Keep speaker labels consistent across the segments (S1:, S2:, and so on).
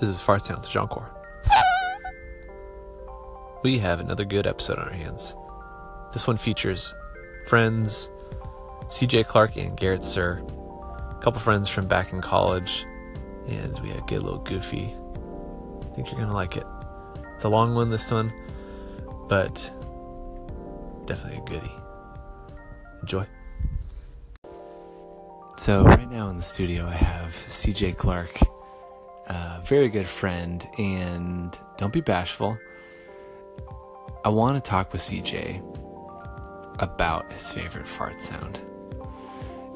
S1: This is Fart Sound to Jonkor. We have another good episode on our hands. This one features friends CJ Clark and Garrett Sir, a couple friends from back in college, and we get a little goofy. I think you're gonna like it. It's a long one, this one, but definitely a goodie. Enjoy. So right now in the studio, I have CJ Clark, a very good friend, and don't be bashful. I want to talk with CJ about his favorite fart sound,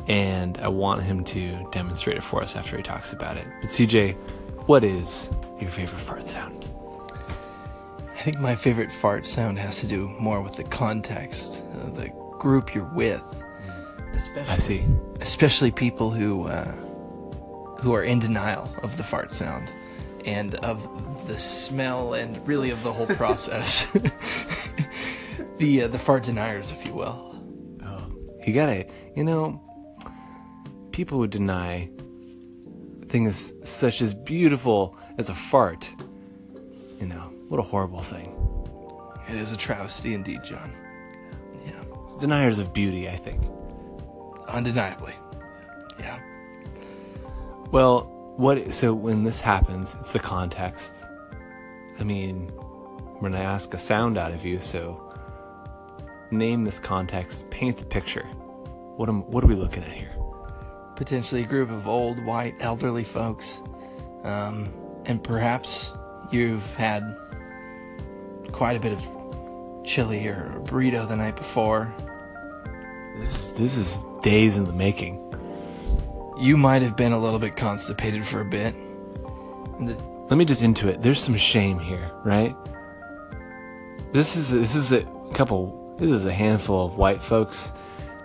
S1: and I want him to demonstrate it for us after he talks about it. But CJ, what is your favorite fart sound?
S2: I think my favorite fart sound has to do more with the context, uh, the group you're with,
S1: I
S2: especially
S1: see.
S2: especially people who uh, who are in denial of the fart sound and of the smell and really of the whole process. the uh, the fart deniers, if you will.
S1: You gotta, you know, people would deny things such as beautiful as a fart. You know, what a horrible thing.
S2: It is a travesty indeed, John. Yeah,
S1: It's deniers of beauty, I think.
S2: undeniably. Yeah.
S1: Well, what, so when this happens, it's the context. I mean, we're gonna ask a sound out of you, so name this context, paint the picture. What am, what are we looking at here?
S2: potentially a group of old, white, elderly folks. Um, and perhaps you've had quite a bit of chili or a burrito the night before.
S1: This is, this is days in the making.
S2: You might have been a little bit constipated for a bit. And the,
S1: let me just into it. There's some shame here, right? This is this is a couple. This is a handful of white folks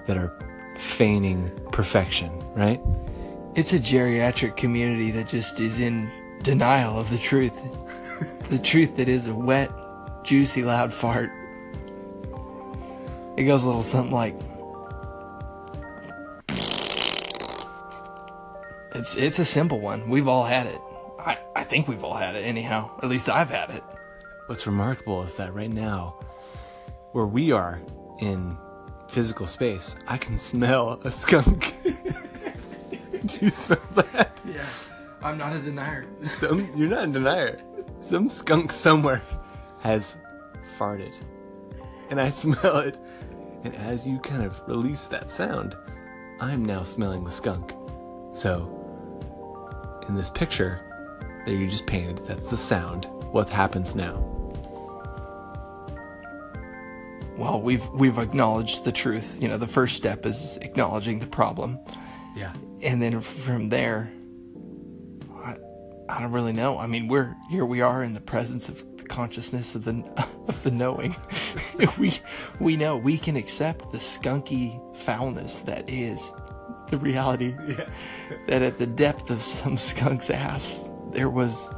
S1: that are feigning perfection, right?
S2: it's a geriatric community that just is in denial of the truth. the truth that is a wet, juicy, loud fart. It goes a little something like It's it's a simple one. We've all had it. I, I think we've all had it anyhow. At least I've had it.
S1: What's remarkable is that right now, where we are in physical space, I can smell a skunk. Do you smell that?
S2: Yeah. I'm not a denier.
S1: Some you're not in denier. Some skunk somewhere has farted, and I smell it. And as you kind of release that sound, I'm now smelling the skunk. So, in this picture that you just painted, that's the sound. What happens now?
S2: Well, we've we've acknowledged the truth. You know, the first step is acknowledging the problem.
S1: Yeah.
S2: and then from there I, I don't really know i mean we're here we are in the presence of the consciousness of the of the knowing we we know we can accept the skunky foulness that is the reality that at the depth of some skunk's ass there was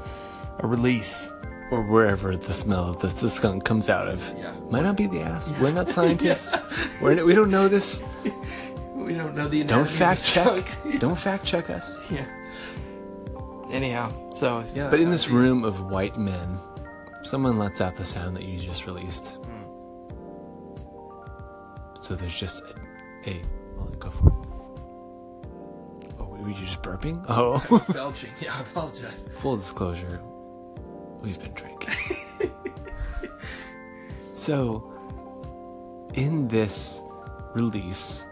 S2: a release
S1: Or wherever the smell of the, the skunk comes out of.
S2: Yeah.
S1: Might not be the ass. We're not scientists. We're not, we don't know this.
S2: we don't know the
S1: Don't fact check. Don't fact check us.
S2: yeah anyhow so yeah
S1: But in this room of white men, someone lets out the sound that you just released. So there's just a, a well, go for it. Oh, were you just burping? Oh,
S2: belching yeah i apologize
S1: full disclosure, we've been drinking. so, in this release,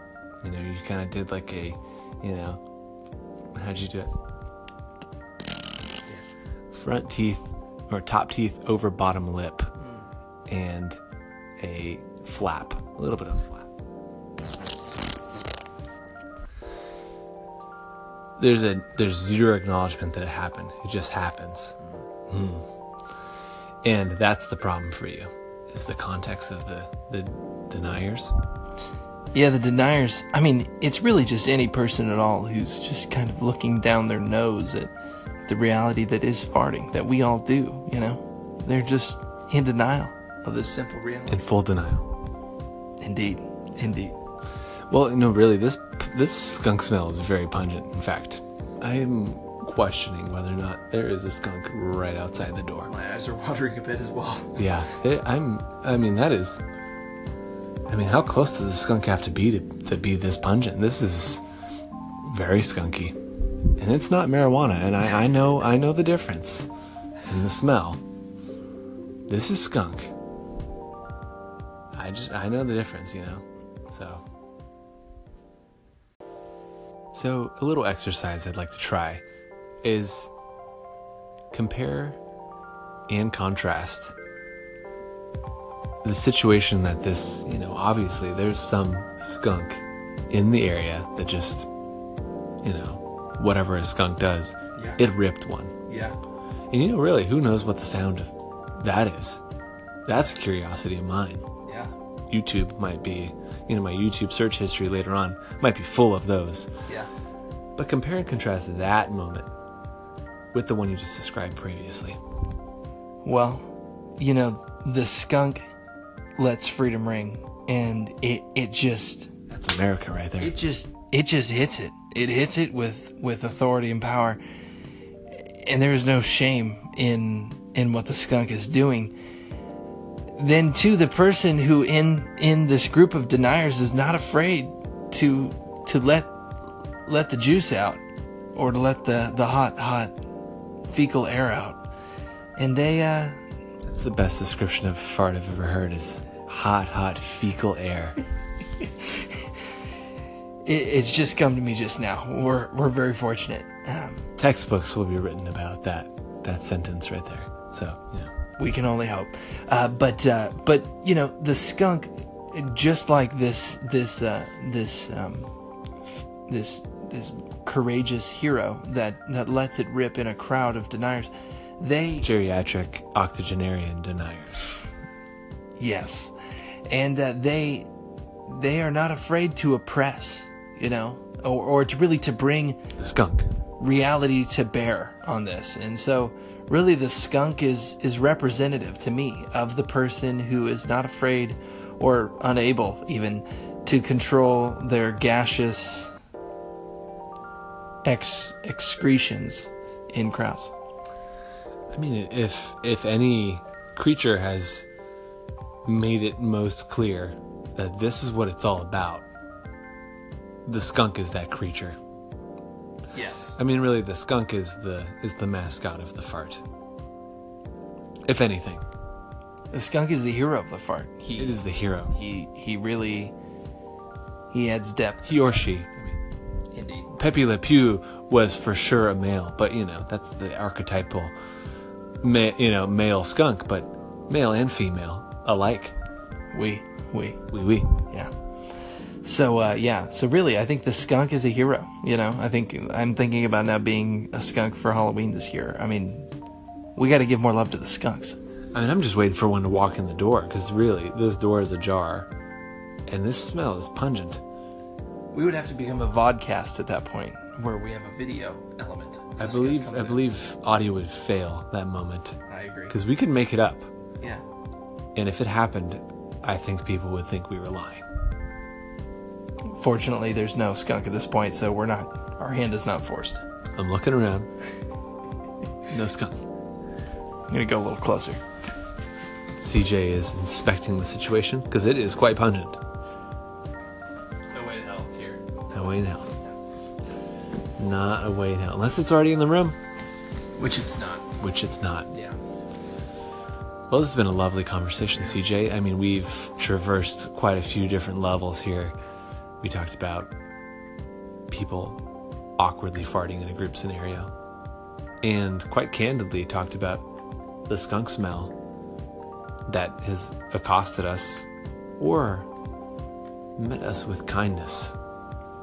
S1: you know, you kind of did like a, you know, how'd you do it? front teeth or top teeth over bottom lip and a flap, a little bit of flap. There's a there's zero acknowledgement that it happened. It just happens. Hmm. And that's the problem for you. Is the context of the the deniers.
S2: Yeah, the deniers. I mean, it's really just any person at all who's just kind of looking down their nose at the reality that is farting, that we all do, you know? They're just in denial of this simple reality.
S1: In full denial.
S2: Indeed. Indeed.
S1: Well, no, really, this this skunk smell is very pungent. In fact, I'm questioning whether or not there is a skunk right outside the door.
S2: My eyes are watering a bit as well.
S1: Yeah, it, I'm. I mean, that is. I mean, how close does the skunk have to be to, to be this pungent? This is very skunky, and it's not marijuana. And I, I know, I know the difference in the smell. This is skunk. I just, I know the difference, you know. So, so a little exercise I'd like to try is compare and contrast the situation that this, you know, obviously there's some skunk in the area that just, you know, whatever a skunk does,
S2: Yeah.
S1: it ripped one.
S2: Yeah.
S1: And you know, really, who knows what the sound of that is? That's a curiosity of mine.
S2: Yeah.
S1: YouTube might be, you know, my YouTube search history later on might be full of those.
S2: Yeah.
S1: But compare and contrast that moment with the one you just described previously.
S2: Well, you know, the skunk lets freedom ring and it it just
S1: That's America right there.
S2: it just it just hits it. It hits it with with authority and power. And there is no shame in in what the skunk is doing. Then too the person who in in this group of deniers is not afraid to to let let the juice out or to let the the hot hot fecal air out. And they uh
S1: That's the best description of fart I've ever heard is hot, hot fecal air.
S2: it, it's just come to me just now. We're we're very fortunate. Um,
S1: Textbooks will be written about that that sentence right there. So, you know.
S2: we can only hope. Uh, but uh, but you know the skunk, just like this this uh, this um, this this courageous hero that that lets it rip in a crowd of deniers, they
S1: Geriatric octogenarian deniers.
S2: Yes, and uh, they they are not afraid to oppress, you know, or, or to really to bring
S1: The skunk.
S2: reality to bear on this. And so really the skunk is is representative to me of the person who is not afraid or unable even to control their gaseous ex- excretions in crowds.
S1: I mean, if if any creature has made it most clear that this is what it's all about, the skunk is that creature.
S2: Yes.
S1: I mean, really, the skunk is the is the mascot of the fart. If anything,
S2: The skunk is the hero of the fart. He
S1: it is the hero.
S2: he he really he adds depth.
S1: He or she. I mean,
S2: Indeed.
S1: Pepe Le Pew was for sure a male, but you know that's the archetypal, ma- you know, male skunk, but male and female alike.
S2: We we
S1: Wee wee.
S2: yeah. So uh, yeah, so really, I think the skunk is a hero. You know, I think I'm thinking about now being a skunk for Halloween this year. I mean, we got to give more love to the skunks.
S1: I mean, I'm just waiting for one to walk in the door because really, this door is ajar, and this smell is pungent.
S2: We would have to become a vodcast at that point, where we have a video element.
S1: I believe I believe audio would fail that moment
S2: I agree.
S1: because we could make it up,
S2: Yeah.
S1: and if it happened, I think people would think we were lying.
S2: Fortunately, there's no skunk at this point, so we're not. Our hand is not forced.
S1: I'm looking around. No skunk.
S2: I'm gonna go a little closer.
S1: CJ is inspecting the situation because it is quite pungent.
S2: No way to hell it's here.
S1: No way in hell. Not a way in hell. Unless it's already in the room,
S2: Which it's not.
S1: which it's not.
S2: Yeah.
S1: Well, this has been a lovely conversation, CJ. I mean, we've traversed quite a few different levels here. We talked about people awkwardly farting in a group scenario, and quite candidly, talked about the skunk smell that has accosted us or met us with kindness.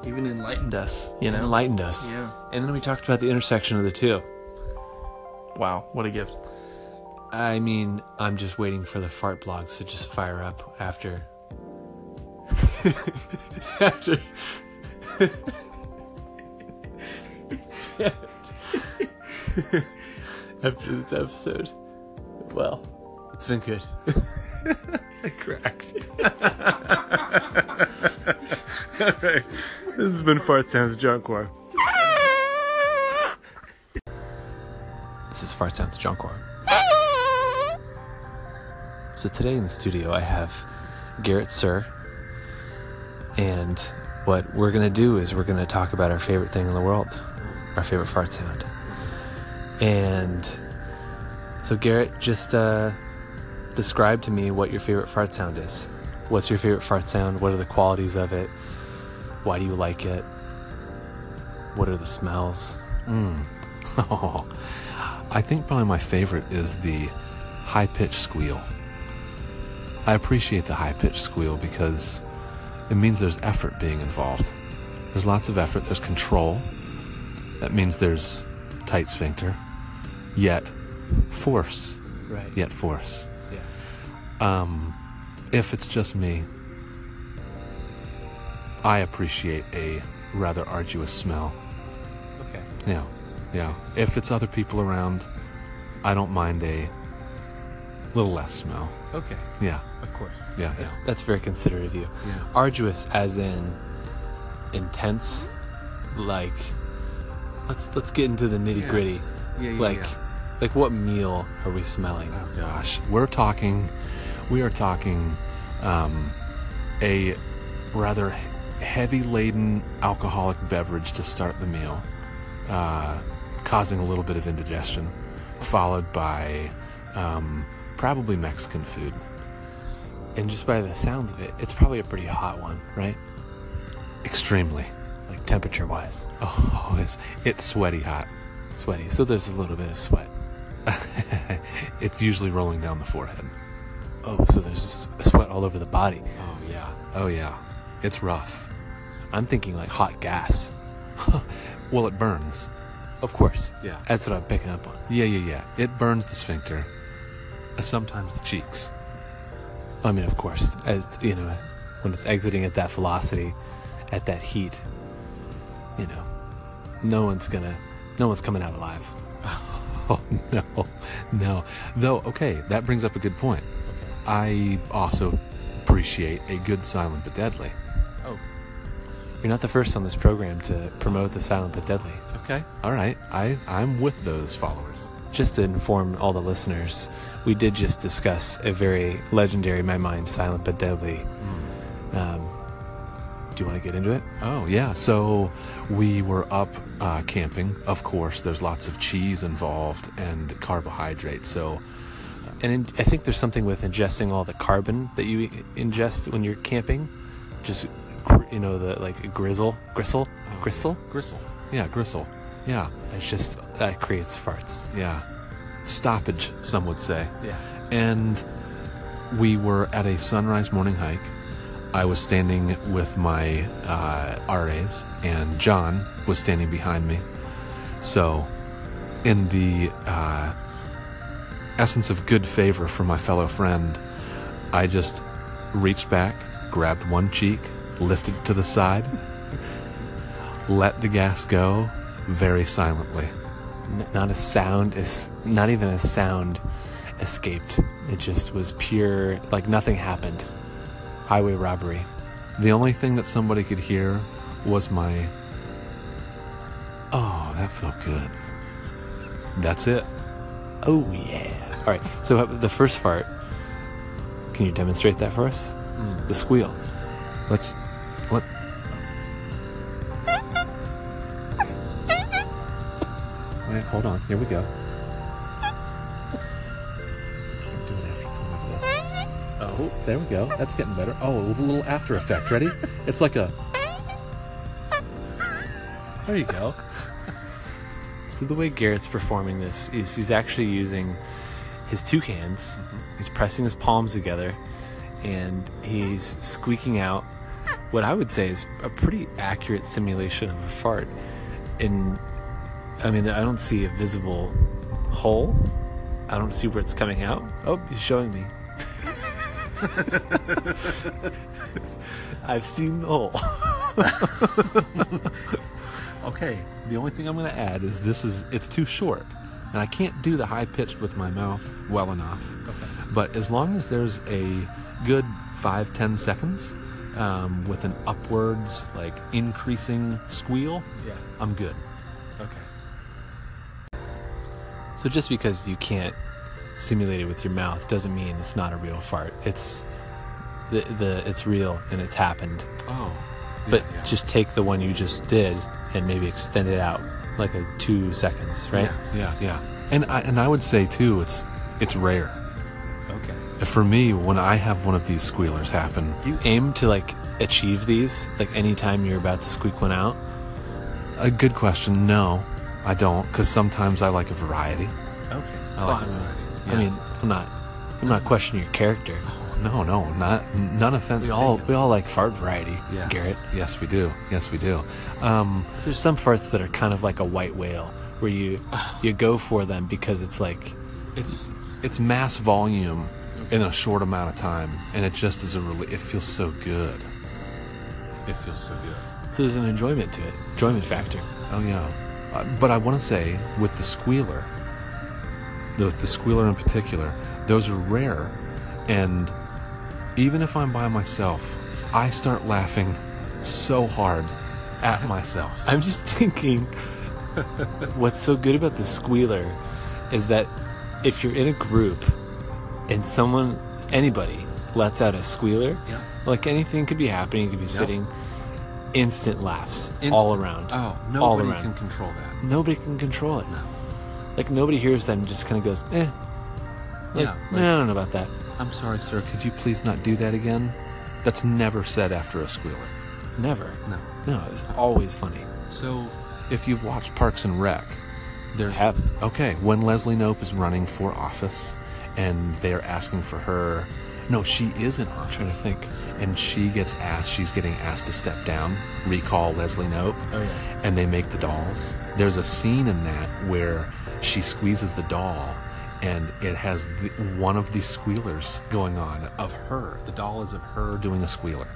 S2: Even enlightened us, you know.
S1: enlightened us.
S2: Yeah.
S1: And then we talked about the intersection of the two.
S2: wow, what a gift.
S1: I mean, I'm just waiting for the fart blogs to just fire up after. after. after this episode. Well, it's been good. Correct. All right. This has been Fart Sounds Junkware. That's as far as sounds Junkor. So today in the studio, I have Garrett Sir, and what we're gonna do is we're gonna talk about our favorite thing in the world, our favorite fart sound, and so Garrett, just uh, describe to me what your favorite fart sound is. What's your favorite fart sound? What are the qualities of it? Why do you like it? What are the smells?
S3: Oh, I think probably my favorite is the high pitched squeal. I appreciate the high pitched squeal because it means there's effort being involved. There's lots of effort, there's control. That means there's tight sphincter, yet force,
S1: Right.
S3: yet force.
S1: Yeah.
S3: Um, if it's just me, I appreciate a rather arduous smell.
S1: Okay.
S3: Yeah, yeah. If it's other people around, I don't mind a little less smell.
S1: Okay.
S3: Yeah,
S1: Of course.
S3: yeah,
S1: That's,
S3: yeah.
S1: that's very considerate of you.
S3: Yeah.
S1: Arduous, as in intense. Like, let's let's get into the nitty gritty.
S3: Yes. Yeah, yeah,
S1: like,
S3: yeah.
S1: like what meal are we smelling?
S3: Oh gosh, we're talking, we are talking, um, a rather heavy laden alcoholic beverage to start the meal, uh, causing a little bit of indigestion, followed by um, probably Mexican food.
S1: And just by the sounds of it, it's probably a pretty hot one, right?
S3: Extremely.
S1: Like temperature wise,
S3: Oh, it's it's sweaty hot.
S1: sweaty. So there's a little bit of sweat.
S3: it's usually rolling down the forehead.
S1: Oh, so there's s- sweat all over the body.
S3: Oh yeah. Oh yeah. It's rough.
S1: I'm thinking like hot gas.
S3: Well, it burns.
S1: Of course.
S3: Yeah.
S1: That's what I'm picking up on.
S3: Yeah, yeah, yeah. It burns the sphincter. Uh, Sometimes the cheeks.
S1: I mean, of course, as you know, when it's exiting at that velocity, at that heat, you know, no one's gonna, no one's coming out alive.
S3: Oh no, no. Though, okay, that brings up a good point. I also appreciate a good silent but deadly.
S1: Oh, you're not the first on this program to promote the silent but deadly.
S3: Okay. All right. I I'm with those followers.
S1: Just to inform all the listeners, we did just discuss a very legendary, in my mind, silent but deadly.
S3: Hmm.
S1: Um, do you want to get into it?
S3: Oh, yeah. So we were up uh, camping. Of course, there's lots of cheese involved and carbohydrates. So,
S1: And in, I think there's something with ingesting all the carbon that you i- ingest when you're camping. Just gr- you know the like grizzle, gristle, gristle.
S3: gristle. Yeah, gristle. Yeah,
S1: It's just that creates farts.
S3: yeah. Stoppage, some would say.
S1: Yeah.
S3: And we were at a sunrise morning hike. I was standing with my uh, RAs, and John was standing behind me. So, in the uh, essence of good favor for my fellow friend, I just reached back, grabbed one cheek, lifted it to the side, let the gas go very silently.
S1: N- not a sound is not even a sound escaped. It just was pure like nothing happened. Highway robbery.
S3: The only thing that somebody could hear was my. Oh, that felt good. That's it.
S1: Oh yeah. All right. So uh, the first fart. Can you demonstrate that for us?
S3: Mm.
S1: The squeal.
S3: Let's. What? Wait, hold on. Here we go. Keep doing after the mic, though. Oh, there we go. That's getting better. Oh, with a little after effect. Ready? It's like a. There you go.
S1: So the way Garrett's performing this is he's actually using his two hands. He's pressing his palms together, and he's squeaking out what I would say is a pretty accurate simulation of a fart. And I mean, I don't see a visible hole. I don't see where it's coming out. Oh, he's showing me. I've seen the hole.
S3: Okay, the only thing I'm going to add is this is it's too short, and I can't do the high pitched with my mouth well enough. But as long as there's a good five ten seconds um, with an upwards like increasing squeal,
S1: Yeah.
S3: I'm good.
S1: Okay. So just because you can't simulate it with your mouth doesn't mean it's not a real fart. It's the, the it's real and it's happened.
S3: Oh.
S1: But just take the one you just did and maybe extend it out like a two seconds, right?
S3: Yeah, yeah. And I and I would say too, it's it's rare.
S1: Okay.
S3: For me, when I have one of these squealers happen,
S1: Do you aim to like achieve these? Like anytime you're about to squeak one out?
S3: a good question. No, I don't, because sometimes I like a variety.
S1: Okay.
S3: I like a variety.
S1: I mean, I'm not I'm not questioning your character.
S3: no, no, not none offense.
S1: We all
S3: taken.
S1: we all like fart variety,
S3: Yes.
S1: Garrett.
S3: Yes, we do. Yes, we do. Um,
S1: There's some farts that are kind of like a white whale where you you go for them because it's like
S3: it's it's mass volume in a short amount of time, and it just is a really. It feels so good. It feels so good.
S1: so there's an enjoyment to it, enjoyment factor.
S3: Oh yeah, uh, but I want to say with the squealer, the the squealer in particular, those are rare, and even if I'm by myself, I start laughing so hard at myself.
S1: I'm just thinking what's so good about the squealer is that if you're in a group and someone anybody lets out a squealer,
S3: Yeah.
S1: like anything could be happening, you could be sitting, instant laughs all around.
S3: Oh,
S1: all
S3: nobody
S1: around.
S3: can control that.
S1: Nobody can control it. Like nobody hears that and just kind of goes, eh. Like,
S3: Yeah, like-
S1: "Nah, I don't know about that.
S3: I'm sorry, sir. Could you please not do that again? That's never said after a squealer.
S1: Never.
S3: No.
S1: No, it's always funny.
S3: So, if you've watched Parks and Rec, there's
S1: Have-
S3: okay when Leslie Nope is running for office, and they're asking for her. No, she is in office.
S1: trying to think.
S3: and she gets asked. She's getting asked to step down, recall Leslie Nope.
S1: Oh, yeah.
S3: And they make the dolls. There's a scene in that where she squeezes the doll. And it has the, one of these squealers going on of her. The doll is of her doing a squealer.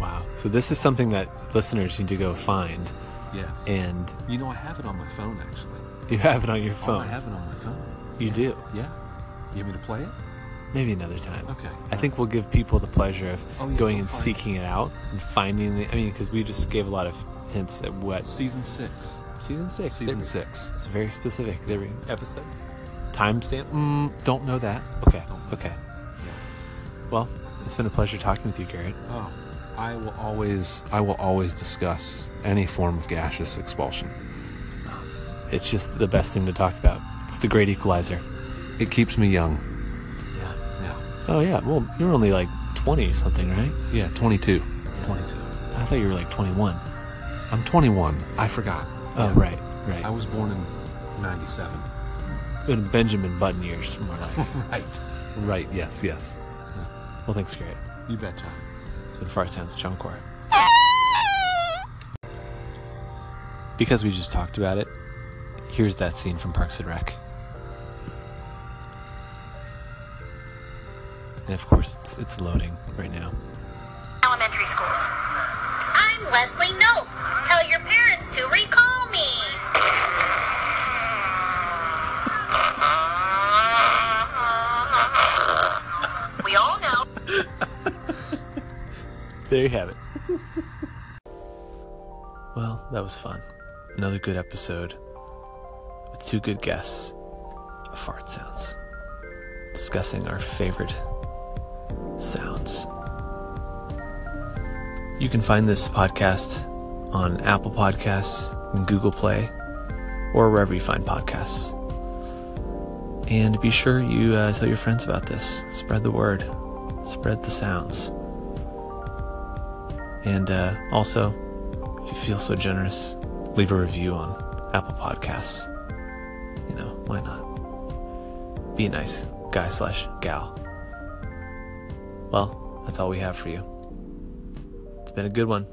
S1: Wow. So this is something that listeners need to go find,
S3: Yes.
S1: and
S3: You know, I have it on my phone actually.
S1: you have it on your
S3: Oh,
S1: phone.
S3: I have it on my phone.
S1: You do.
S3: Yeah. You want me to play it?
S1: Maybe another time.
S3: Okay.
S1: I think we'll give people the pleasure of
S3: Oh, yeah,
S1: going
S3: go
S1: and
S3: find
S1: seeking it out and finding. The, I mean, because we just gave a lot of hints at what
S3: Season six.
S1: season six.
S3: Season
S1: there-
S3: six.
S1: It's very specific. There we episode timestamp.
S3: Mm, don't know that.
S1: Okay. Okay. Well, it's been a pleasure talking with you, Garrett.
S3: Oh. I will always, I will always discuss any form of gaseous expulsion.
S1: It's just the best thing to talk about. It's the great equalizer.
S3: It keeps me young.
S1: Yeah.
S3: Yeah.
S1: Oh yeah. Well, you're only like 20 or something, right?
S3: Yeah. 22. 22.
S1: I thought you were like 21.
S3: I'm 21. I forgot.
S1: Oh right, right.
S3: I was born in 97.
S1: In Benjamin Button years, more like.
S3: Right. Right. Yes. Yes.
S1: well, thanks, Garrett.
S3: You betcha.
S1: It's been Fart Sounds Chunkor. Because we just talked about it, here's that scene from Parks and Rec. And of course, it's, it's loading right now.
S4: elementary schools. I'm Leslie Nope. Tell your parents to recall me. We all know.
S1: There you have it. well, that was fun. Another good episode with two good guests of fart sounds, discussing our favorite sounds. You can find this podcast on Apple Podcasts and Google Play or wherever you find podcasts. And be sure you uh, tell your friends about this. Spread the word, spread the sounds. And uh, also, if you feel so generous, leave a review on Apple Podcasts. You know, why not? Be a nice guy slash gal. Well, that's all we have for you. It's been a good one.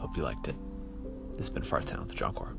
S1: Hope you liked it. This has been Fart Town with John Core.